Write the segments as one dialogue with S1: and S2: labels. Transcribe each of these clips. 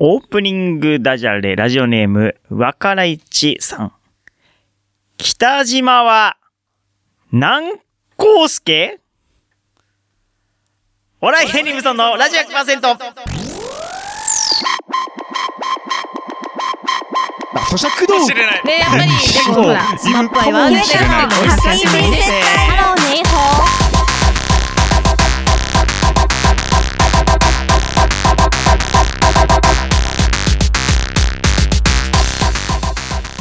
S1: オープニングダジャレ、ラジオネーム、わからいちさん。北島は、南光介オライヘニムソンのラジオ100%
S2: あ咀嚼道具
S3: ねやっぱり、でもほら、スマップは言わないじゃないですか。久しぶりですね。
S4: Hello，你好。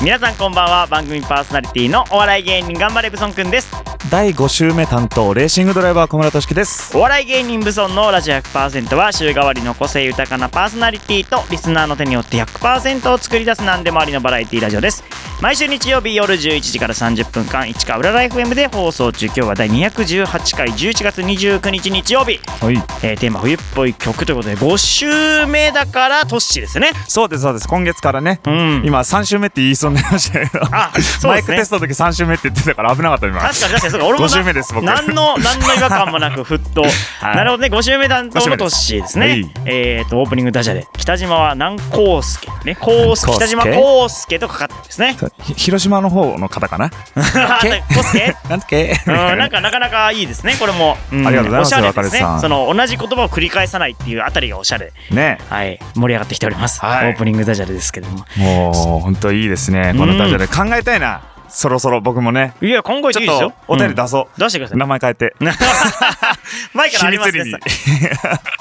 S1: 皆さんこんばんは、番組パーソナリティのお笑い芸人、頑張れブソンくんです。
S2: 第5週目担当レーシングドライバー小村俊樹です
S1: お笑い芸人ブソンのラジオ100%は週替わりの個性豊かなパーソナリティとリスナーの手によって100%を作り出す何でもありのバラエティラジオです毎週日曜日夜11時から30分間市川浦ライフ M で放送中今日は第218回11月29日日曜日、
S2: はい
S1: えーテーマ冬っぽい曲ということで5週目だからトッシーですね
S2: そうですそうです今月からね、
S1: うん
S2: 今3週目って言いそうになりました けど
S1: あそう
S2: マ
S1: で
S2: イ
S1: す
S2: ク
S1: ね
S2: テストの時3週目って言ってたから危なかった今
S1: 確かに確かにそうか俺もな
S2: 5週目です僕
S1: 何の何の違和感もなくふっと
S2: はい
S1: なるほどね5週目担当のトッシーですね
S2: はい
S1: えっ、とオープニングダジャレ北島は南光介ね光介北
S2: 南光介
S1: 島光介とかかってますね
S2: ひ広島の方の方かな
S1: あ光介
S2: なんつけ
S1: うん、なんかなかなかいいですねこれも、ん
S2: ありがとうございます
S1: おしゃれですね
S2: 若林さん
S1: その同じ言葉を繰り返さないっていうあたりがおしゃれ
S2: ね
S1: はい盛り上がってきております、
S2: はい
S1: オープニングダジャレですけども
S2: もう本当いいですねこのダジャレ考えたいなそろそろ僕もね
S1: いや今後いい
S2: ち
S1: で
S2: ょ
S1: すよ
S2: っとお便り出
S1: す、
S2: そう
S1: うん、出してください
S2: 名前変えて
S1: 前からあります
S2: 秘密
S1: ね
S2: 裏に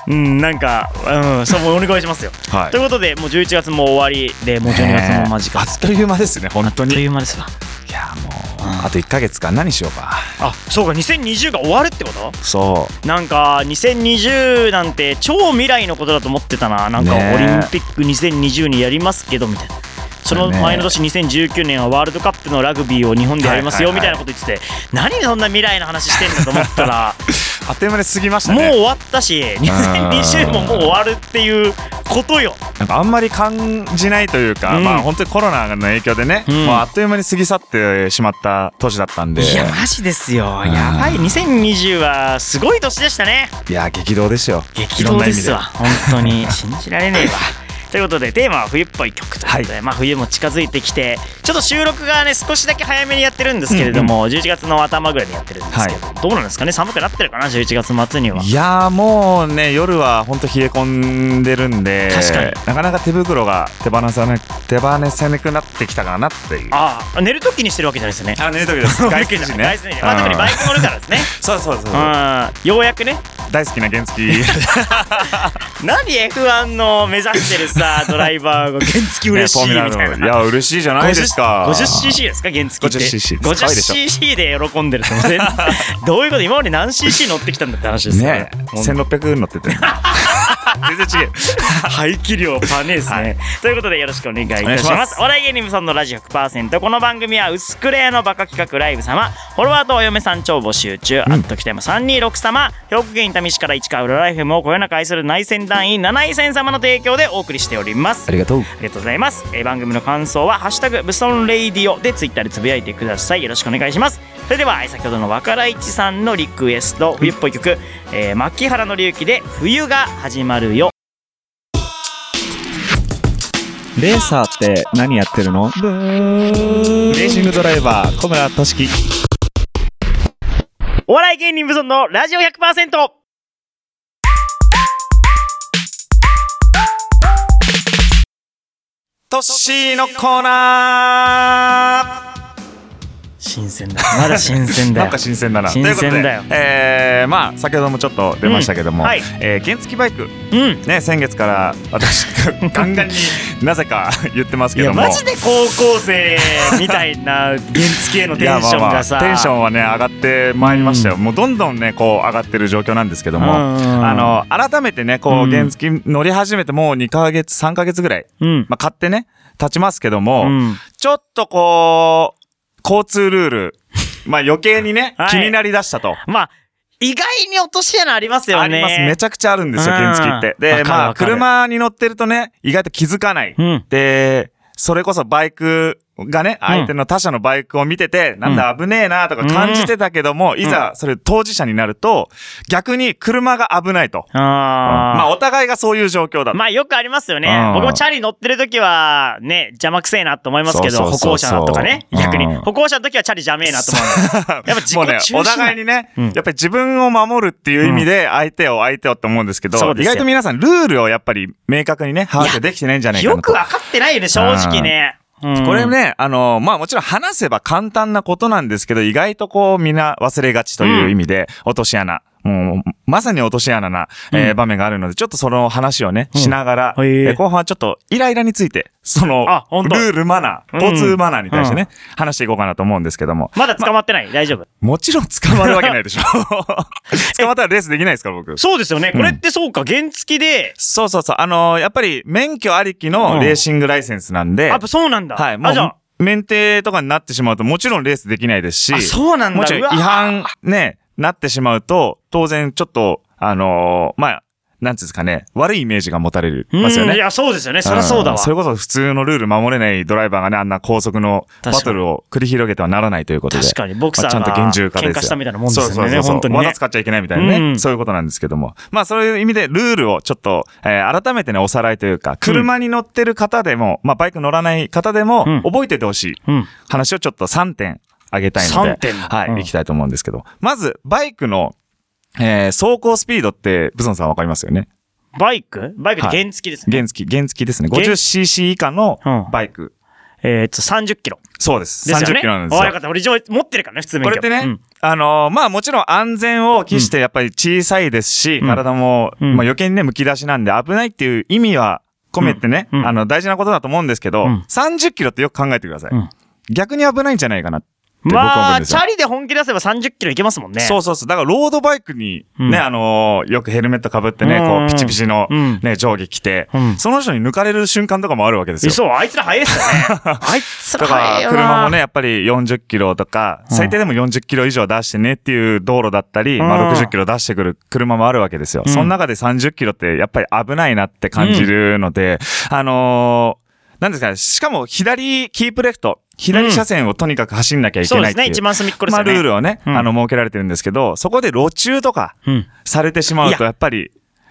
S1: うんなんかうんそうもうお願いしますよ
S2: はい
S1: ということでもう11月も終わりでもう12月も間近
S2: あっという間ですね本当
S1: あっと
S2: にい
S1: いう間ですわ
S2: やもうあと1ヶ月か何しようか
S1: あそうか2020が終わるってこと
S2: そ
S1: なんか2020なんて超未来のことだと思ってたななんか
S2: ね
S1: オリンピック2020にやりますけどみたいなその前の年2019年はワールドカップのラグビーを日本でやりますよ
S2: はい
S1: み
S2: は
S1: た
S2: い
S1: い
S2: は
S1: ないこと言ってて何でそんな未来の話してんだと思ったら
S2: うあっという間で過ぎました
S1: もう
S2: ね
S1: 終わったし2020ももう終わるっていうことよ
S2: なんかあんまり感じないというか、
S1: うん
S2: まあ本当にコロナの影響でね、
S1: うん
S2: もうあっという間に過ぎ去ってしまった年だったんで
S1: いやマジですよ
S2: ん
S1: やばい2020はすごい年でしたね
S2: いや激動ですよ
S1: 激
S2: いろ
S1: 動
S2: んな
S1: で
S2: 意味
S1: すわ本当 に信じられねえわということでテーマは冬っぽい曲ということで、まあ冬も近づいてきてちょっと収録がね少しだけ早めにやってるんですけれども、11月の頭ぐらいにやってるんですけど、どうなんですかね寒くなってるかな11月末にはい
S2: やーもうね夜は本当冷え込んでるんで
S1: 確かに
S2: なかなか手袋が手放さな手放せなくなってきたかなっていう
S1: ああ寝る時にしてるわけじゃないですよね
S2: あ寝る時 です外出時ね
S1: 外出時ねまあ特にバイ
S2: ク
S1: ク乗るからですね
S2: そうそう そうそう
S1: うんようやくね
S2: う大好きな原 付ね
S1: 何 F1 の目指してる さドライバーが原付嬉しいみたい
S2: フォーミュラ
S1: な
S2: ーのいや嬉しいじゃないですか
S1: 50cc ですか原付って
S2: 50cc です可愛いでしょ
S1: 50cc で喜んでると思うねどういうこと今まで何 cc 乗ってきたんだって話ですよ
S2: ね1600乗って て全然違う
S1: 排気量パネですね、ということでよろしくお願いいたします
S2: お願いします
S1: お笑い芸人無さんのラジオ100%この番組は薄くれのバカ企画ライブ様フォロワーとお嫁さん超募集中、あっと北山326様兵庫県伊丹市から市川浦ライフもこよなく愛する内戦団員七井戦様の提供でお送りしております
S2: ありがとう
S1: ありがとうございます。えー番組の感想は「ハッシュタグブソンレイディオ」でツイッターでつぶやいてください。よろしくお願いします。それではえー先ほどの若らいちさんのリクエスト冬っぽい曲、えー、牧原の之で「冬が始まるよ
S2: レーサーって何やってるのレーシングドライバー小村俊樹」
S1: お笑い芸人ブソンのラジオ100%
S2: トッシーのコーナー
S1: 新鮮だまだ新鮮だ
S2: なん
S1: よ
S2: か新鮮だな
S1: 新鮮だよ
S2: ということで、えー、まあ先ほどもちょっと出ましたけども、
S1: うんはい
S2: えー原付バイク
S1: うん
S2: ね先月から私ガンガンになぜか 言ってます
S1: い
S2: け
S1: や
S2: ども
S1: マジで高校生みたいな原付へのテンションがさ
S2: いやまあまあテンションはね上がってまいりましたよ、もうどんどんねこう上がってる状況なんですけども、
S1: うん
S2: あの改めてねこ
S1: うん
S2: う原付乗り始めてもう2ヶ月3ヶ月ぐらい、
S1: うん
S2: まあ、買ってね経ちますけども、
S1: うん
S2: ちょっとこう交通ルール まあ余計に ね、
S1: はい
S2: 気になりだしたと。
S1: まあ意外に落とし穴ありますよね
S2: あります。めちゃくちゃあるんですよ、
S1: うん
S2: 原付って。
S1: わかる
S2: で、ま
S1: わ
S2: あ、
S1: かる
S2: 車に乗ってるとね、意外と気づかない。
S1: うん
S2: で、それこそバイクがね、相手の他社のバイクを見てて、なんだ危ねえなとか感じてたけども、いざそれ当事者になると、逆に車が危ないと。まあ
S1: あ
S2: お互いがそういう状況だ
S1: あ。
S2: と。
S1: まあよくありますよね
S2: う。ん
S1: 僕もチャリ乗ってる時は、ね、邪魔くせえなと思いますけど、
S2: そう
S1: 歩
S2: そうそ
S1: 行者
S2: うそう
S1: だとかね。逆に。
S2: うん
S1: 歩行者の時はチャリ邪めえなと思う。やっぱ自己
S2: もうね
S1: 中、心
S2: お互いにね、
S1: うん
S2: やっぱり自分を守るっていう意味で、相手を相手をって思うんですけど、
S1: そうで
S2: 意
S1: すよ
S2: 外と皆さんルールをやっぱり明確にね、把握できてないんじゃないかな
S1: よ
S2: と。
S1: くわかってないよね、正直ね。うん
S2: これ。ね、あの、まあもちろん話せば簡単なことなんですけど、意外とこうみんな忘れがちという意味で、落とし穴。もう、まさに落とし穴な、えー
S1: うん
S2: 場面があるので、ちょっとその話をね、
S1: うん
S2: しながら、
S1: へー
S2: えー後半はちょっとイライラについて、その、ル
S1: あ本当
S2: ールマナ
S1: う
S2: ー、
S1: ん
S2: 交通マナーに対してね、話していこうかなと思うんですけども。
S1: まだ捕まってない大丈夫
S2: もちろん捕まるわけないでし ょ。捕まったらレースできないですから、僕。
S1: そうですよね。
S2: うん
S1: これってそうか、原付きで、
S2: そうそうそう。あのーやっぱり免許ありきのレーシングライセンスなんで、
S1: あ、そうなんだ。
S2: はい、も
S1: あ、じゃあ。
S2: う、免停とかになってしまうと、もちろんレースできないですし、
S1: あ、そうなんだ。
S2: もちろん
S1: うわ
S2: 違反ね、なってしまうと、当然ちょっと、あのーまあ、なんていうんですかね、悪いイメージが持たれるますよ
S1: うんい
S2: ね。
S1: や、そうですよね。そりゃそうだわ。
S2: んそれこそ普通のルール守れないドライバーがね、あんな高速のバトルを繰り広げてはならないということで。
S1: 確かに、ボクサ
S2: まあ
S1: ーが
S2: ちゃんと厳重化ですよ
S1: 喧嘩したみたいなもんですよね。
S2: そうそうそうそう
S1: 本当に
S2: 技
S1: ね。
S2: 使っちゃいけないみたいなね、
S1: うん
S2: そういうことなんですけども。まあそういう意味でルールをちょっと、えー改めてね、おさらいというか、車に乗ってる方でも、まあバイク乗らない方でも
S1: うん、
S2: 覚えててほしい
S1: うん。
S2: 話をちょっと3点あげたいので。
S1: 3点
S2: はい、
S1: うん
S2: いきたいと思うんですけど。まず、バイクの、えー走行スピードって、ブソンさんわかりますよね
S1: バイクバイクで原付きですね。
S2: 原付き、原付きですね。
S1: 原
S2: 50cc 以下の
S1: うん
S2: バイク。
S1: えーっと、30キロ。
S2: そうです。
S1: ですよね。
S2: 30キロなんです
S1: あ
S2: よ。
S1: よかった。俺、一応持ってるからね、普通免
S2: こ
S1: 許
S2: れってね、
S1: うん
S2: あのーまあもちろん安全を期してやっぱり小さいですし、
S1: ん
S2: 体も、
S1: うん
S2: まあ余計にね、剥き出しなんで危ないっていう意味は込めてね、
S1: うんうん
S2: あの大事なことだと思うんですけど、
S1: うん
S2: 30キロってよく考えてください。
S1: うん
S2: 逆に危ないんじゃないかなって僕は思
S1: ま
S2: うん
S1: あ、
S2: です
S1: チ
S2: よ。
S1: ャリで本気出せば30キロいけますもんね。
S2: そうそうそう。だからロードバイクにね、
S1: うん
S2: あのーよくヘルメットかぶって
S1: う
S2: ね、こ
S1: ん
S2: うピチピチの
S1: うん
S2: ね、上下着て、
S1: うん
S2: その人に抜かれる瞬間とかもあるわけですよ。
S1: そう、あいつら速いっすよ ね。あいつら
S2: だか
S1: 速い
S2: ら
S1: よな。
S2: 車もね、やっぱり40キロとか、
S1: うん
S2: 最低でも40キロ以上出してねっていう道路だったり、ま
S1: うん
S2: あ60キロ出してくる車もあるわけですよ。
S1: うん
S2: その中で30キロってやっぱり危ないなって感じるので、あのーなんですかね、しかも左キープレフト、左車線をとにかく走んなきゃいけ
S1: そう
S2: な
S1: で
S2: いっ
S1: す
S2: てい
S1: ね。
S2: う。
S1: 一番隅っこです
S2: まあ
S1: よね。
S2: ルールをね、
S1: うん
S2: あの、設けられてるんですけど、そこで路中とか、
S1: うん。
S2: されてしまうと、やっぱり、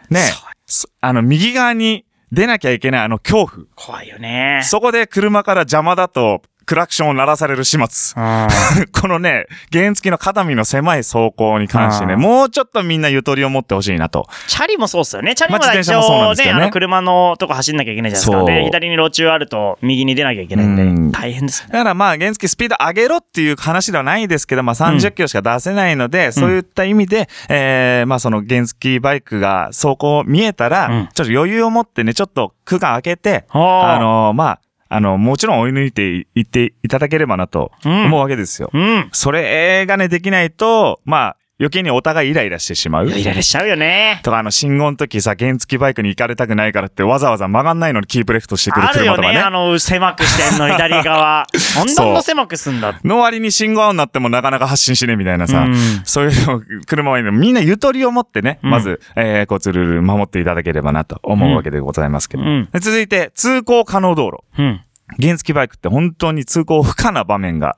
S2: ね
S1: そう、
S2: そあの、右側に出なきゃいけないあの恐怖。
S1: 怖いよね。
S2: そこで車から邪魔だと、クラクションを鳴らされる始
S1: う
S2: 末。
S1: ん。
S2: このね、原付の肩身の狭い走行に関してね、
S1: あー
S2: もうちょっとみんなゆとりを持ってほしいなと。
S1: チャリもそうっすよね。チャリも
S2: ま
S1: だ
S2: あ
S1: 一
S2: 自転車もそうなん
S1: 応
S2: です
S1: ね、
S2: けど
S1: あ
S2: ね
S1: の車のとこ走んなきゃいけないじゃないです
S2: そ
S1: か。
S2: う
S1: で、左に路中あると、右に出なきゃいけない
S2: うんん
S1: で、大変ですよね。
S2: だからまあ原付スピード上げろっていう話ではないですけど、まあ30キロしか出せないので、そういった意味で、えー、まあその原付バイクが走行見えたら、
S1: うん
S2: ちょっと余裕を持ってね、ちょっと区間開けて、
S1: あー
S2: あのーまあ、あの、もちろん追い抜いていいっていただければなと
S1: うん
S2: 思うわけですよ。
S1: うん。
S2: それがね、できないと、まあ、余計にお互いイライラしてしまう。
S1: いやイライラしちゃうよね。
S2: とか、あの、信号の時さ、原付バイクに行かれたくないからって、わざわざ曲がんないのにキープレフトしてくる
S1: ある
S2: 車
S1: よ
S2: とか
S1: ね、
S2: ね。
S1: あの、狭くしてんの、左 側。なんであんな狭くすんだ
S2: の割に信号青になってもなかなか発進しねえみたいなさ、
S1: うん
S2: そういうのを車はいいのみんなゆとりを持ってね、
S1: うん
S2: まず、えー、交通ルール守っていただければなと思うわけでございますけど。
S1: うん
S2: で続いて、通行可能道路。
S1: うん。
S2: 原付バイクって本当に通行不可な場面が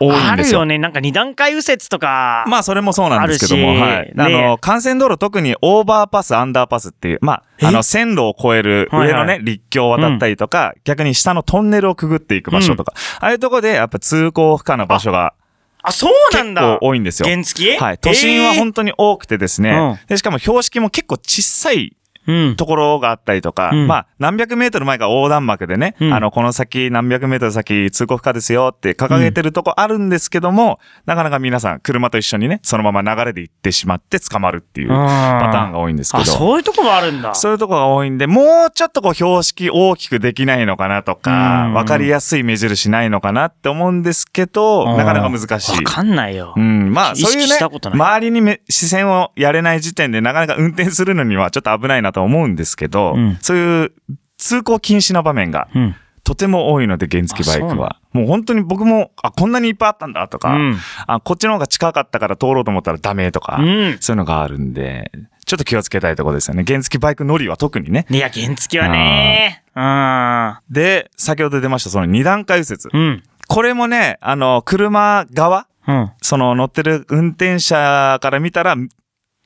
S2: 多い
S1: あ
S2: んで
S1: る
S2: すよ。
S1: よね、なんか二段階右折とか。
S2: まあ、それもそうなんですけども、は
S1: ある
S2: い
S1: し。
S2: あ
S1: ね
S2: の、幹線道路特にオーバーパス、アンダーパスっていう、まあ、あの、線路を越える上の
S1: はいは
S2: ね、立橋を渡ったりとか、逆に下のトンネルをくぐっていく場所とか、ああいうとこでやっぱ通行不可な場所が
S1: あ、そうなん
S2: 結
S1: だ。
S2: 構多いんですよ。
S1: 原付
S2: はい。都心は本当に多くてですね、
S1: う
S2: で、しかも標識も結構小さい
S1: 当うん。
S2: ところがあったりとか、
S1: うん
S2: まあ、何百メートル前が横断幕でね、
S1: うん
S2: あの、この先何百メートル先通行不可ですよって掲げてるとこあるんですけども、なかなか皆さん車と一緒にね、そのまま流れで行ってしまって捕まるっていうパ
S1: パ
S2: ターンが多いんですけど。
S1: あ、そういうとこもあるんだ。
S2: そういうとこが多いんで、もうちょっとこう標識大きくできないのかなと
S1: う
S2: か
S1: ん、
S2: わかりやすい目印ないのかなって思うんですけど、
S1: うん
S2: なかなか難しい
S1: わ。かんないよ
S2: う。ん、まあ、
S1: 意識
S2: そういうね
S1: したこと、ない
S2: 周りにめ視線をやれない時点でなかなか運転するのにはちょっと危ないなと思うんですけど、
S1: うん
S2: そういう通行禁止な場面が
S1: うん。
S2: とても多いので、原付バイ
S1: あそう
S2: ク
S1: な
S2: は。もう本当に僕も、あ、こんなにいっぱいあったんだとか、
S1: うん
S2: あ、こっちの方が近かったから通ろうと思ったらダメとか、
S1: うん
S2: そういうのがあるんで、ちょっと気をつけたいところですよね。原付バイク乗りは特にね。
S1: いや、原付はねうん。
S2: で、先ほど出ました、その二段階右折。
S1: うん。
S2: これもね、あの、車側、
S1: うん。
S2: その乗ってる運転者から見たら、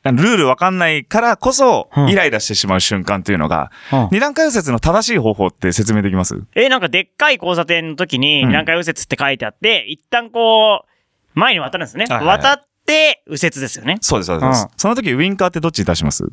S2: ルールわかんないからこそ
S1: うん、
S2: イライラしてしまう瞬間というのが、
S1: うん
S2: 二段階右折の正しい方法って説明できます
S1: え、なんかでっかい交差点の時に、
S2: うん
S1: 何回右折って書いてあって、一旦こう、前に渡るんですね。
S2: はいはいはい
S1: 渡って、右折ですよね。
S2: そうです、そうです。
S1: うん
S2: その時、ウインカーってどっちに出します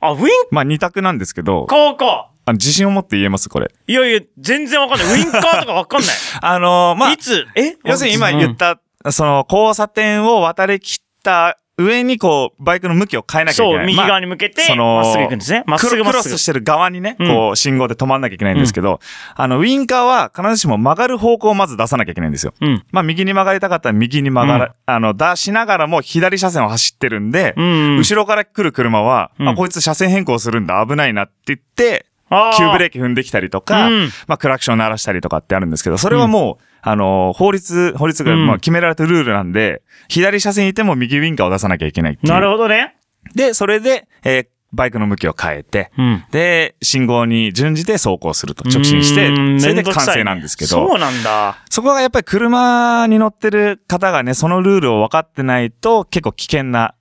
S1: あ、ウィン
S2: まあ、二択なんですけど、
S1: カーか。
S2: あの自信を持って言えます、これ。
S1: いやいや、全然わかんない。ウィンカーとかわかんない。
S2: あのー まあ
S1: い、つ、え
S2: 要するに今言っ、た、その、交差点を渡り切った上に、こう、バイクの向きを変え
S1: うん
S2: なきゃいけ
S1: そ
S2: な
S1: う、
S2: い。
S1: 右
S2: まあ
S1: 側に向けて、
S2: その
S1: まっすぐ行くんですね。まっす
S2: ク
S1: ぐ
S2: ロ
S1: まっ
S2: クロ
S1: す
S2: ス
S1: ぐ。
S2: してる側にね、こう、信号で止まんなきゃいけないんですけど、あの、ウインカーは必ずしも曲がる方向をまず出さなきゃいけないんですよ。
S1: うん。
S2: まあ、右に曲がりたかったら右に曲がら、あの、出しながらも左車線を走ってるんで、
S1: うん。
S2: 後ろから来る車は、
S1: うん
S2: あ、こいつ車線変更するんだ、危ないなって言って、
S1: あー
S2: 急ブレーキ踏んできたりとか、
S1: うん
S2: まあ、クラクション鳴らしたりとかってあるんですけど、それはもう、あの、法律、法律が、
S1: うん
S2: まあ、決められたルールなんで、左車線にいても右ウィンカーを出さなきゃいけないっていう。
S1: なるほどね。
S2: で、それで、えーバイクの向きを変えて、
S1: うん。
S2: で、信号に準じて走行すると、直進して
S1: うー、ん
S2: それ
S1: め
S2: で
S1: んどく
S2: 完
S1: さいね
S2: 成なんですけ
S1: そ
S2: ど、
S1: うなんだ。
S2: そこがやっぱり車に乗ってる方がね、そのルールを分かってないと、結構危険な、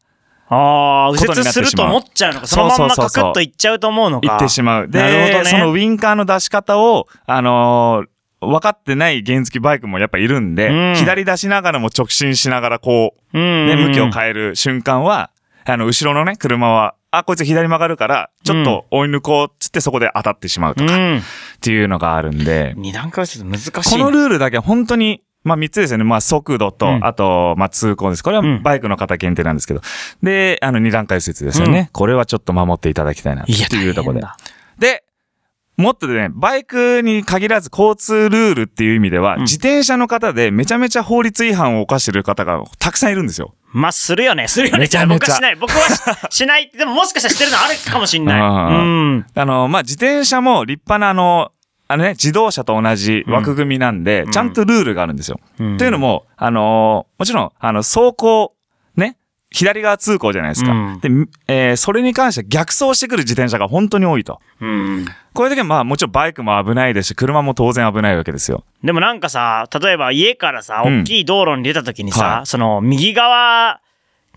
S1: ああ、右
S2: ことに
S1: 折
S2: なっ
S1: す
S2: て
S1: る
S2: し
S1: と
S2: まう
S1: 思っちゃうのか。そのまんま
S2: そうそう
S1: カク
S2: そうそう
S1: ッと行っちゃうと思うのか。
S2: 行ってしまう。で、
S1: なるほどね
S2: そのウィンカーの出し方を、あのー分かってない原付バイクもやっぱいるんで、
S1: うん
S2: 左出しながらも直進しながらこう、
S1: うん。
S2: ね、向きを変える瞬間は、あの、後ろのね、車は、あ、こいつ左曲がるから、ちょっと追い抜こうっつってそこで当たってしまうとか、っ
S1: うん。
S2: ていうのがあるんで、
S1: 二段階右折難しいな。
S2: このルールだけ本当に、まあ3つですよね。まあ速度と、
S1: うん
S2: あと、まあ通行です。これ
S1: う
S2: は
S1: ん
S2: バイクの方限定なんですけど。で、あの2段階説ですよね。
S1: うん
S2: これはちょっと守っていただきたいな、って
S1: いや、
S2: いうところ
S1: 大変。
S2: で
S1: だ
S2: で、もっとね、バイクに限らず交通ルールっていう意味では、
S1: うん
S2: 自転車の方でめちゃめちゃ法律違反を犯してる方がたくさんいるんですよ。
S1: まあ、するよね。するよね。
S2: めちゃめ
S1: 僕
S2: ちゃ
S1: はしない。僕はししないって。でも、もしかしたらしてるのあるかもしんない。
S2: あー
S1: うん。
S2: あの、まあ、自転車も立派なあの、あのね、自動車と同じ枠組みなんで、
S1: うん
S2: ちゃんとルールがあるんですよ。
S1: うん
S2: というのも、あのーもちろん、あの、走行、ね、左側通行じゃないですか。
S1: うん
S2: で、えーそれに関して逆走してくる自転車が本当に多いと。
S1: うん。
S2: こういう時は、まあ、もちろんバイクも危ないですし、車も当然危ないわけですよ。
S1: でもなんかさ、例えば家からさ、
S2: うん
S1: 大きい道路に出た時にさ、
S2: はい
S1: その右側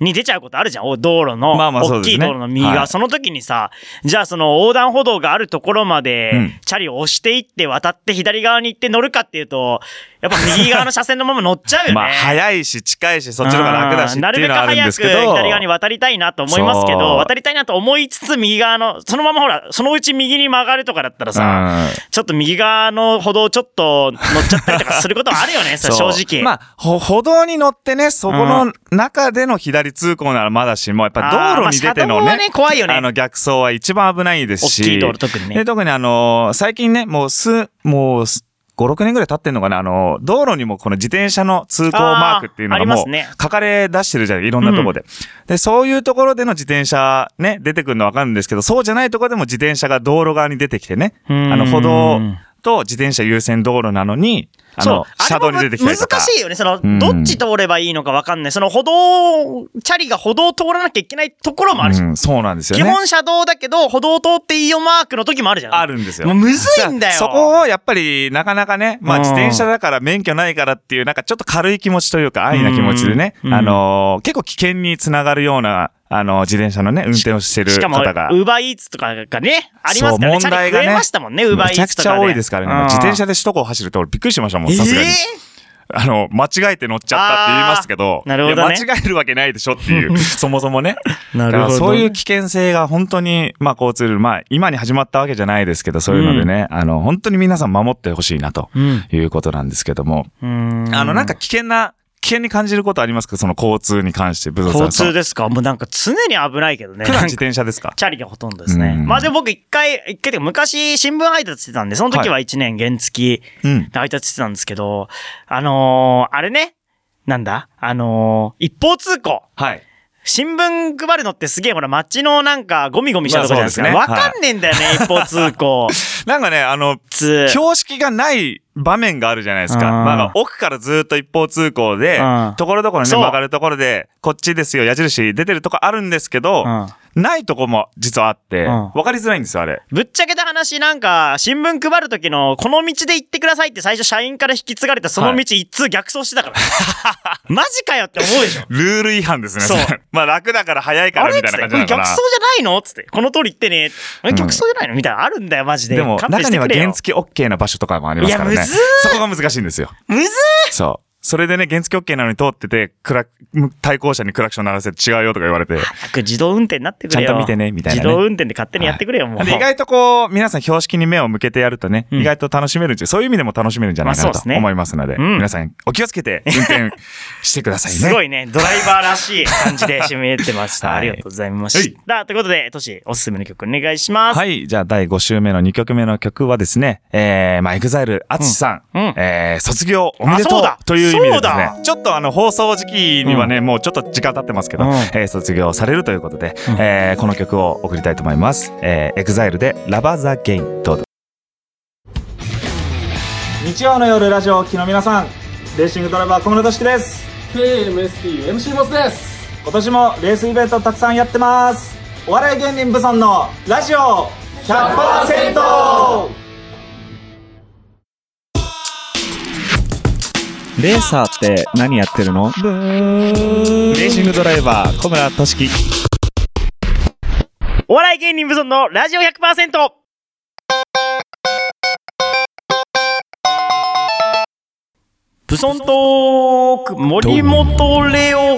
S1: に出ちゃうことあるじゃん。お道路の、
S2: まあまあそう
S1: 大
S2: です
S1: きい
S2: ね
S1: 道路の右側、
S2: はい
S1: その時にさ、じゃあその横断歩道があるところまで、
S2: うん
S1: チャリを押していって渡って左側に行って乗るかっていうと、やっぱ右側の車線のまま乗っちゃうよね。
S2: まあ、早いし、近いし、そっちの方が楽だ
S1: う
S2: し、っ
S1: ん
S2: て
S1: なる
S2: いう
S1: べ
S2: の
S1: く
S2: はあるん
S1: 早
S2: で
S1: く
S2: すけど。
S1: 左側に渡りたいなと思いますけ
S2: そ
S1: ど、
S2: う
S1: 渡りたいなと思いつつ右側の、そのままほら、そのうち右に曲がるとかだったらさ、
S2: うん
S1: ちょっと右側の歩道ちょっと乗っちゃったりとかすることはあるよ ね、それ
S2: そ
S1: 正
S2: う
S1: 直。
S2: まあ、ほ歩道に乗ってね、そこの中での左通行ならまだしも、やっぱ道路に出て
S1: あ
S2: の
S1: ーまあ車道
S2: ね、
S1: はね怖いよね
S2: あの逆走は一番危ないですし。
S1: 大きい道路特にね
S2: で特にあのー最近ね、もうす、もうす、5、6年ぐらい経ってんのかなあのー、道路にもこの自転車の通行マークっていうの
S1: あーあ
S2: が
S1: りま
S2: も
S1: す
S2: う
S1: ね、
S2: 書かれ出してるじゃん、いろんなとこで。で、そういうところでの自転車ね、出てくるのわかるんですけど、そうじゃないところでも自転車が道路側に出てきてね、あ
S1: うん
S2: の、歩道と自転車優先道路なのに、あ
S1: そう
S2: の、
S1: あ
S2: 車道に出てきたりとか。
S1: 難しいよね。その、
S2: うん
S1: どっち通ればいいのかわかんない。その歩道、チャリが歩道を通らなきゃいけないところもあるし、
S2: うん、そうなんですよ
S1: 基
S2: ね。
S1: 本車道だけど、歩道を通っていいよマークの時もあるじゃん。
S2: あるんですよ。
S1: もうむずいんだよ。
S2: そこをやっぱりなかなかね、まあ
S1: うん
S2: 自転車だから免許ないからっていう、なんかちょっと軽い気持ちというか安易な気持ちでね、
S1: うん
S2: あのー結構危険につながるような、あのー自転車のね、運転をしてる
S1: しかも、ウ
S2: 方が。
S1: ーバーイーツとかがね、ありますからね。チ
S2: そう問
S1: ャリ
S2: 題
S1: 増
S2: がね
S1: えましたもんね、ウーバー
S2: め
S1: イ
S2: ちゃ
S1: ー
S2: く
S1: ツと
S2: ち
S1: か
S2: ゃ
S1: で。
S2: 多いですからね。自転車で首都高走ると俺びっくりしましたもん、さすがに
S1: え。
S2: あの、間違えて乗っちゃったって言いますけど
S1: あ、ーなるほどね
S2: いや間違えるわけないでしょっ ていう、そもそもね。
S1: ーな
S2: だからそういう危険性が本当に、まあ交通ルール、まあ今に始まったわけじゃないですけど、そういうのでね、あの、本当に皆さん守ってほしいなと
S1: うん
S2: いうことなんですけども、あ
S1: あ
S2: の、なんか、危険な、危険に感じることありますかその交通に関して、ブドウさん。
S1: 交通
S2: で。
S1: ですかもうなんか常に危ないけどね。
S2: 普
S1: なん
S2: 段自
S1: か
S2: 転車ですか
S1: チャリがほとんどですね。
S2: うん
S1: まあでも僕一回、一回てか昔新聞配達してたんで、その時は一年原付き
S2: うん。
S1: で配達してたんですけど、あのー、あれね、なんだあのー、一方通行。
S2: はい。
S1: 新聞配るのってすげえほら街のなんかゴミゴミしたとこじゃないですか。
S2: まあ
S1: わ
S2: そうですね
S1: かんねえんだよね、一方通行。
S2: なんかね、あの、
S1: つ
S2: 標識がない場面があるじゃないですか。
S1: うん
S2: まあまあ、奥からずっと一方通行で
S1: うん、
S2: ところどころね、
S1: そう
S2: 曲がるところで、こっちですよ、矢印出てるとこあるんですけど、ないとこも実はあって、
S1: うん
S2: わかりづらいんですよ、あれ。
S1: ぶっちゃけた話、なんか、新聞配る時の、この道で行ってくださいって最初社員から引き継がれたその道一通逆走してたから。マジかよって思うでしょ。
S2: ルール違反ですね。
S1: そう
S2: まあ、楽だから早いか
S1: あ
S2: ら
S1: れ
S2: み
S1: っつ
S2: た
S1: っ
S2: いな
S1: て、これ
S2: 感じな
S1: 逆
S2: のか
S1: 走
S2: な
S1: じ。ゃないのっつって、この通り行ってね。あれ
S2: うん
S1: 逆走じゃないのみたいな、あるんだよ、マジで。
S2: でも、
S1: 勘弁
S2: 中
S1: して
S2: に
S1: く
S2: は
S1: れよ
S2: 原付 OK な場所とかもありますから
S1: いや
S2: ね。
S1: むずー
S2: そこが難しい んですよ。
S1: むず
S2: そう。それでね、原付 OK なのに通ってて、クラ対向車にクラクション鳴らせて違うよとか言われて。
S1: ー早く自動運転になってくれよ。
S2: ちゃんと見てねみたいなね
S1: 自動運転で勝手にやってくれよ、もう。
S2: で意外とこう、皆さん標識に目を向けてやるとね、
S1: うん
S2: 意外と楽しめるんじゃ、そういう意味でも楽しめるんじゃないか
S1: ま
S2: な
S1: あそう
S2: と
S1: ですね
S2: 思いますので、
S1: うん
S2: 皆さんお気をつけて運転してくださいね。
S1: す ごいね、ドライバーらしい感じで締めてました。
S2: はい
S1: ありがとうございました。ということで、トシ、おすすめの曲お願いします。
S2: はい。じゃあ、第5週目の2曲目の曲はですね、えー、まあ、エグザイル、アツシさん、
S1: うんうん
S2: えー、卒業おめ
S1: あ
S2: で
S1: そ
S2: と
S1: う
S2: う
S1: だ
S2: という意味でです
S1: そうだ
S2: ね、ちょっとあの、放送時期にはね、もうちょっと時間経ってますけど、
S1: うん
S2: えー、卒業されるということで、
S1: うん
S2: えー、この曲を送りたいと思います。えー、エグザイルで、ラバーザゲイン、どうぞ。日曜の夜ラジオを聴きの皆さん、レーシングドライバー小室俊樹です。
S4: KMSPMC ボスです
S2: 今年もレースイベントたくさんやってますお笑い芸人ブソンのラジオ 100%! レーサーって何やってるのレーシングドライバー小村俊樹
S1: お笑い芸人無尊のラジオ 100%! ブソントーク、森本レオ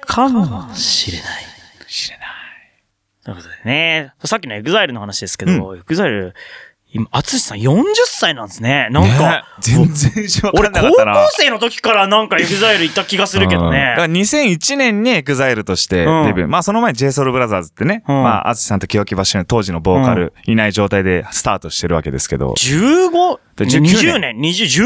S1: かもしれない。
S2: 知れない
S1: ということでね、さっきのエグザイルの話ですけど、エグザイル、今、淳さん40歳なんですね。なんか、
S2: 全然しわか
S1: 俺
S2: んな
S1: 高
S2: かったな
S1: 校生の時からなんかエグザイルいた気がするけど
S2: うんだから
S1: ね。
S2: 2001年にエグザイルとしてデビュー。まあその前 JSOUL BROTHERS ってね、
S1: うん
S2: まあ淳さんと清木橋の当時のボーカルいない状態でスタートしてるわけですけど。
S1: 15?
S2: で19年
S1: 20年 ?20、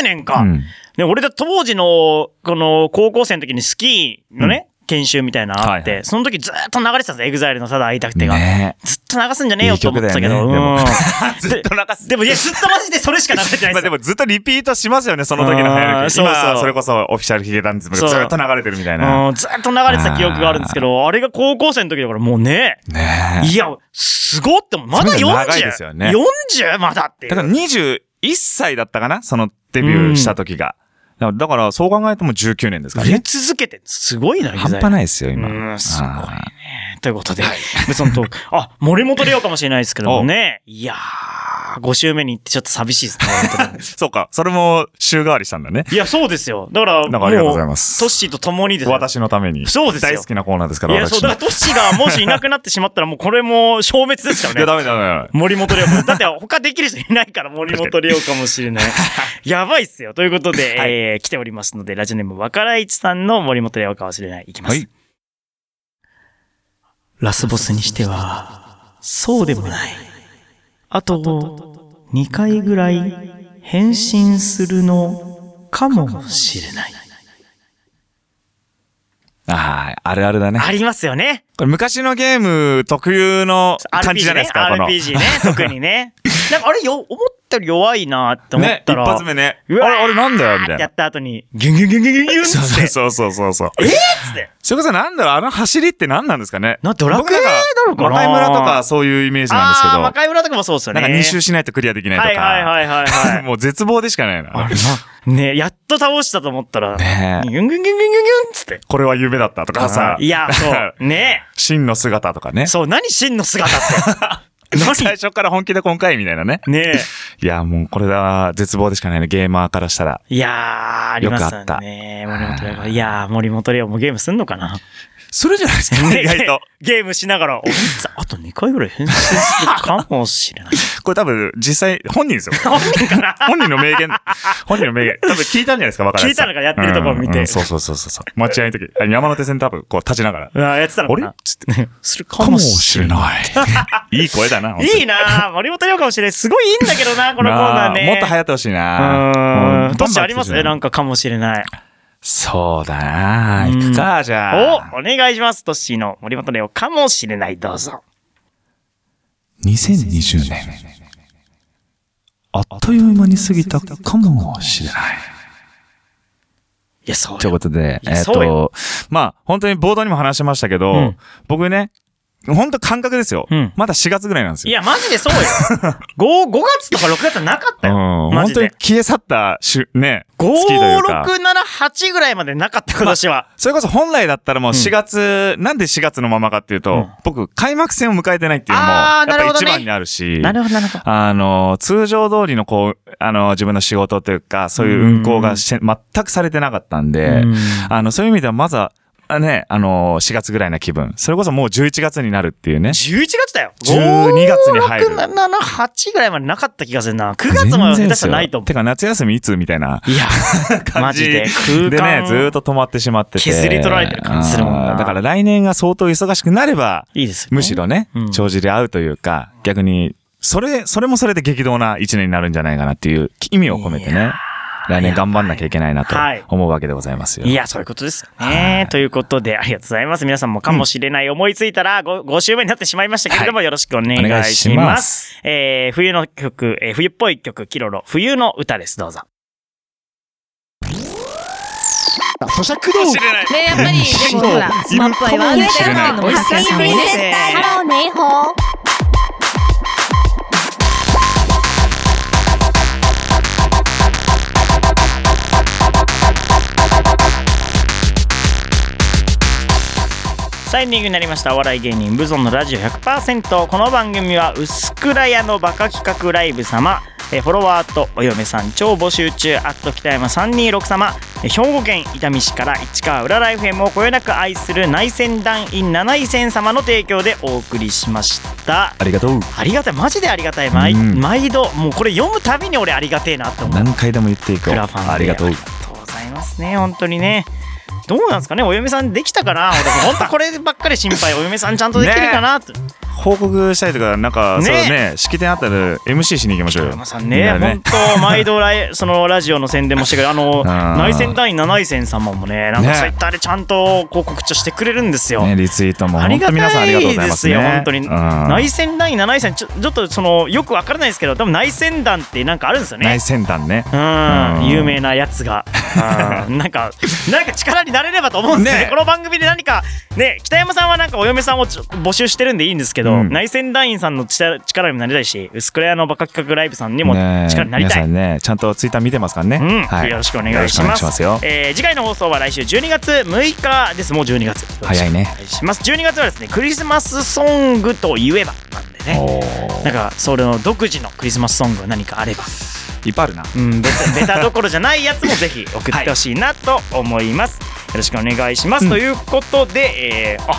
S1: 19年か。
S2: うん
S1: ね、俺だ当時の、この、高校生の時にスキーのね、研修みたいなのあって、
S2: はいは
S1: その時ずーっと流れてたんですよ、エグザイルのただ会いたくてが。
S2: ね
S1: ずっと流すんじゃねえよと思ってたけど。
S2: いい曲だよね
S1: うん
S2: ずっと流
S1: ででも、いや、ずっとマジでそれしか流れてないで
S2: まあ
S1: す
S2: で
S1: よ。
S2: もずっとリピートしますよね、その時の流行
S1: あー
S2: り。
S1: そうそう
S2: 今、それこそオフィシャルヒゲダンディズム
S1: そう
S2: がずっと流れてるみたいな。
S1: うん、ずーっと流れてた記憶があるんですけど、あれが高校生の時だからもうね、
S2: ねえ
S1: いや、すごって思う、まだ
S2: そ
S1: 40?
S2: れまで長いですよね
S1: 40? まだっていう
S2: だから21歳だったかなそのデビューした時が。だからだから、そう考えても19年ですから
S1: 売れ
S2: ね。
S1: 続けて、すごいな、エグザ
S2: 半
S1: イル
S2: 端ないですよ、今。
S1: うん、すごい
S2: あ
S1: ね。ということで、ブソントーク。あ、森本レオかもしれないですけども ね。いやー、5週目に行ってちょっと寂しいですね。本 当に
S2: ーそうか、それも週替わりしたんだね。
S1: いや、そうですよ。だから、
S2: なんかありがとうございます
S1: もうトッシーと共にですね
S2: 私のために。
S1: そうですよ
S2: 大好きなコーナーですか
S1: い
S2: ら、
S1: や、そう、
S2: 私
S1: だ
S2: の。
S1: からト
S2: い
S1: ッシーがもしいなくなってしまったら、もうこれも消滅ですからね。
S2: や、ダメだ、ダメだ。
S1: 森本レオ。だって他できる人いないから森本レオかもしれない。 やばいっすよ。ということで、
S2: はい
S1: えー来ておりますので、ラジオネーム若らいちさんの森本レオかもしれない。いきます。
S2: はい
S1: ラスボスにしては、そうでもない。あと、2回ぐらい変身するのかもしれない。
S2: ああ、あるあるだね。
S1: ありますよね。
S2: これ昔のゲーム特有の感じじゃ
S1: RPG
S2: ない
S1: ね
S2: です。か、この。
S1: RPG ね。特にね。なんかあれよ、思ったより弱いなって思っ
S2: ね、一
S1: たら。
S2: 発目ね。あ
S1: う
S2: れ、
S1: わー
S2: あれなんだよ、みた
S1: や
S2: いな
S1: っ。た後に、ギュンギュンギュンギュンギュンギュンっつ
S2: そ
S1: っ
S2: う
S1: て。
S2: そうそうそうそう。
S1: えーっつって。
S2: それこそなんだろう、あの走りって何なんですかね。
S1: なドラクエ
S2: 僕ん
S1: なのかな
S2: 魔界村とかそういうイメージなんですけ
S1: ああー、
S2: ど、
S1: 魔界村とかもそうですよね。
S2: なんか2周しないとクリアできないとか。
S1: はいはいはいはいはい。
S2: もう絶望でしかないな。
S1: ねやっと倒したと思ったら、
S2: ねえ
S1: ギュンギュンギュンギュンギュンギュンっつって。
S2: これは夢だったとかさ。
S1: いや、そう。 ね
S2: 真の姿とかね。
S1: そう、何真の姿っ て。
S2: 最
S1: 何
S2: 初から本気で今回みたいなね。
S1: ね
S2: いや、もうこれは絶望でしかないね、ゲーマーからしたら。
S1: いやー、ありますよ
S2: よくあった
S1: ね。森本レオが。いやー、森本レオもゲームすんのかな
S2: それじゃないですか、
S1: ね
S2: 意外と。
S1: ゲームしながら、おさあと2回ぐらい変身するかもしれない。
S2: これ多分実際本人ですよ。
S1: 本人かな
S2: 本人の名言、本人の名言。多分聞いたんじゃないですか、若林さん
S1: 聞いたのかやってるところを見て
S2: うんうんそうそうそうそうそう。待ち合いの時、あ山手線多分こう立ちながら。
S1: あやってたの
S2: あ
S1: か
S2: れ
S1: な
S2: つって。
S1: する
S2: か
S1: か
S2: も
S1: も
S2: し
S1: しれ
S2: れ
S1: ない。
S2: ない。いい声だな、
S1: いい
S2: な、
S1: なぁ森本涼かもしれない。すごいいいんだけどな、このコーナーね。
S2: もっと流行ってほしいう
S1: ー。
S2: なん
S1: どっちありますね、なん
S2: か。
S1: かかもしれない。
S2: そうだな行くか、じゃあ。
S1: おお願いします、トッシーの森本レオかもしれない、どうぞ。
S2: 2020年。あっという間に過ぎたかもしれない。
S1: いや、そう
S2: という
S1: よ。
S2: ことで、
S1: いや
S2: えっ、
S1: そう
S2: と、まあ、本当に冒頭にも話しましたけど、
S1: うん
S2: 僕ね、本当感覚ですよ、
S1: うん
S2: まだ4月ぐらいなんです
S1: い
S2: よ。
S1: や、マジでそうよ。5、5月 とか6月はなかった
S2: うん、
S1: よ。マ
S2: 本
S1: ジ
S2: 当に
S1: で。
S2: 消え去った週、ね、
S1: 5、
S2: 月というか。
S1: 6、7、8ぐらいまでなかった、今年は。
S2: それこそ本来だったらもう4
S1: ん
S2: 月、なんで4月のままかっていうと、
S1: うん
S2: 僕、開幕戦を迎えてないっていうのも、や
S1: あ
S2: っ
S1: ーな
S2: ぱ
S1: るほど
S2: 一
S1: ね
S2: 番にあるし、
S1: なるほど、なるほど。
S2: あの、通常通りのこう、あの、自分の仕事というか、そういう運行がして全くされてなかったんで、
S1: うん
S2: あの、そういう意味ではまずは、あね、あの、4月ぐらいな気分。それこそもう11月になるっていうね。
S1: 11月だよ。
S2: 12月に入る
S1: 5、6、7、8ぐらいまでなかった気がするな。9月も下手したらないと思
S2: てか夏休みいつみたいな
S1: う。いや、マ
S2: 感
S1: ジ
S2: じ
S1: で
S2: で
S1: 空間
S2: ね、ずーっと止まってしまってて。
S1: 削り取られてる感じするもんな
S2: あーだから来年が相当忙しくなれば、
S1: いいですよね
S2: むしろね
S1: う、ん
S2: 帳尻合うというか、逆に、それ、それもそれで激動な一年になるんじゃないかなっていう意味を込めてね、来年頑張んなきゃいけないなと
S1: はい
S2: 思うわけでございますよ。
S1: いや、そういうことですよね。ということで、ありがとうございます。皆さんもかもしれない思いついたら5、ご週目になってしまいましたけれども、よろしくお願いし
S2: お願
S1: ま
S2: い
S1: す。
S2: します
S1: えー、冬の曲、えー冬っぽい曲、キロロ、冬の歌です。どうぞ。
S3: ね、やっぱり、でもほら、スマップアイはね、
S5: かもしれない
S3: お久しぶりです
S5: ハローネイホー
S1: さあエンディングになりましたお笑い芸人ブゾンのラジオ100%この番組は薄倉屋のバカ企画ライブ様えーフォロワーとお嫁さん超募集中あっと北山326様えー兵庫県伊丹市から市川浦ライフ M をこよなく愛する内戦団員七井戦様の提供でお送りしました
S2: ありがとう。
S1: ありがたいマジでありがたい毎,、
S2: うん
S1: 毎度もうこれ読むたびに俺ありがてえなって思う
S2: 何回でも言っていこ
S1: ク
S2: う。
S1: ラファンで
S2: ありがとう。
S1: ありがとうございますね本当にねどうなんですかねお嫁さんできたか な俺本当こればっかり心配お嫁さんちゃんとできるかなって、
S2: 報告したいとか、なんか、
S1: ね
S2: そうね、式典あったら MC しに行きましょう
S1: お
S2: よ。
S1: 嫁さん
S2: み
S1: ね
S2: なで
S1: 本当毎度ライ そのラジオの宣伝もしてくれるあの
S2: ー
S1: 内戦第7位戦様もねなんか
S2: ね
S1: ツイッターでちゃんとこう告知をしてくれるんですよ、
S2: ね、リツイートも
S1: あり
S2: 本
S1: が
S2: 当皆さんあ
S1: た
S2: りがとう
S1: い
S2: ござい
S1: で
S2: ます
S1: す
S2: ね。
S1: よ、本当に。
S2: うん
S1: 内戦第7位戦、ちょちょっとそのよくわからないですけど、多分内戦団ってなんかあるんですよね
S2: 内。戦団ね。
S1: うん
S2: うん
S1: 有名なやつが、うんなんか、なんか力になれればと思うんですよね。
S2: ね
S1: この番組で何か、ね、北山さんはなんかお嫁さんをちょ募集してるんでいいんですけど、
S2: うん
S1: 内戦団員さんの力力にもなりたいし、薄倉屋のバカ企画ライブさんにも
S2: ね
S1: 力になりたい。
S2: 皆さんね、ちゃんとツイッター見てますからね。
S1: うん
S2: はい
S1: よろしくお願いし
S2: よろくお願
S1: ま
S2: い
S1: す
S2: しますよ。
S1: えー次回の放送は来週12月6日です。もう12月。
S2: 早いね
S1: お。願いします。12月はですね、クリスマスソングといえばなんでね。
S2: お
S1: なん
S2: ー
S1: か、それの独自のクリスマスソングは何かあれば、
S2: いっぱいあるな。
S1: うん、ベ タベタどころじゃないやつもぜひ送ってほしいなと思います。よろしくお願いします。
S2: うん
S1: ということで、えー、あ、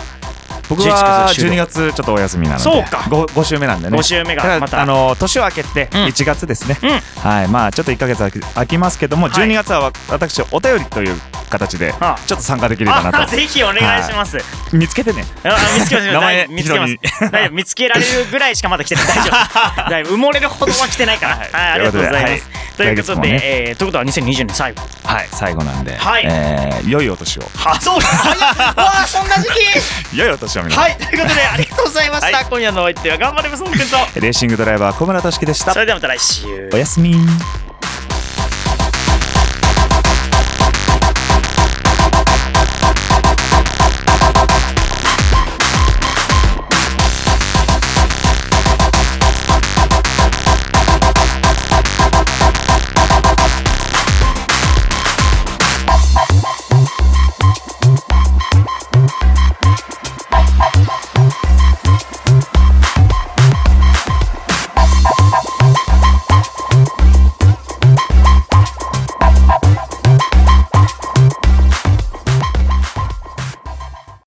S2: 僕
S1: 11
S2: は
S1: 月終了
S2: 12月ちょっとお休みなので、
S1: そうか
S2: 5, 週目なんでね。
S1: 5週目
S2: だか
S1: が
S2: ら
S1: また、
S2: あの年を明けて
S1: うん
S2: 1月ですね、
S1: うん
S2: はいまあちょっと1か月空き空きますけど
S1: は
S2: も
S1: い
S2: 12月はわ私お便りという形でちょ
S1: あ
S2: っと参加できるかな
S1: あ、
S2: と
S1: ぜひお願いします。
S2: 見つけてね
S1: あ見つけまし
S2: 名前
S1: 見つけます
S2: 非常。
S1: 大丈夫、見つけられるぐらいしかまだ 来てない。大丈夫。だいぶ埋もれるほどは来てないから。はい、ありがとうございます。と
S2: と
S1: い
S2: いうう
S1: こ
S2: こととではい来月
S1: で、
S2: もね
S1: えーということは2020年最後。
S2: はい最後なんで、
S1: はい
S2: えー良いお年を
S1: あ、 そうです。早いわあ、そんな時期。
S2: 良いお年を皆さん、
S1: はい、ということで、ありがとうございました。今夜のお相手は頑張れブソン君と。
S2: レーシングドライバー小村俊樹でした
S1: それではまた来週。
S2: おやすみ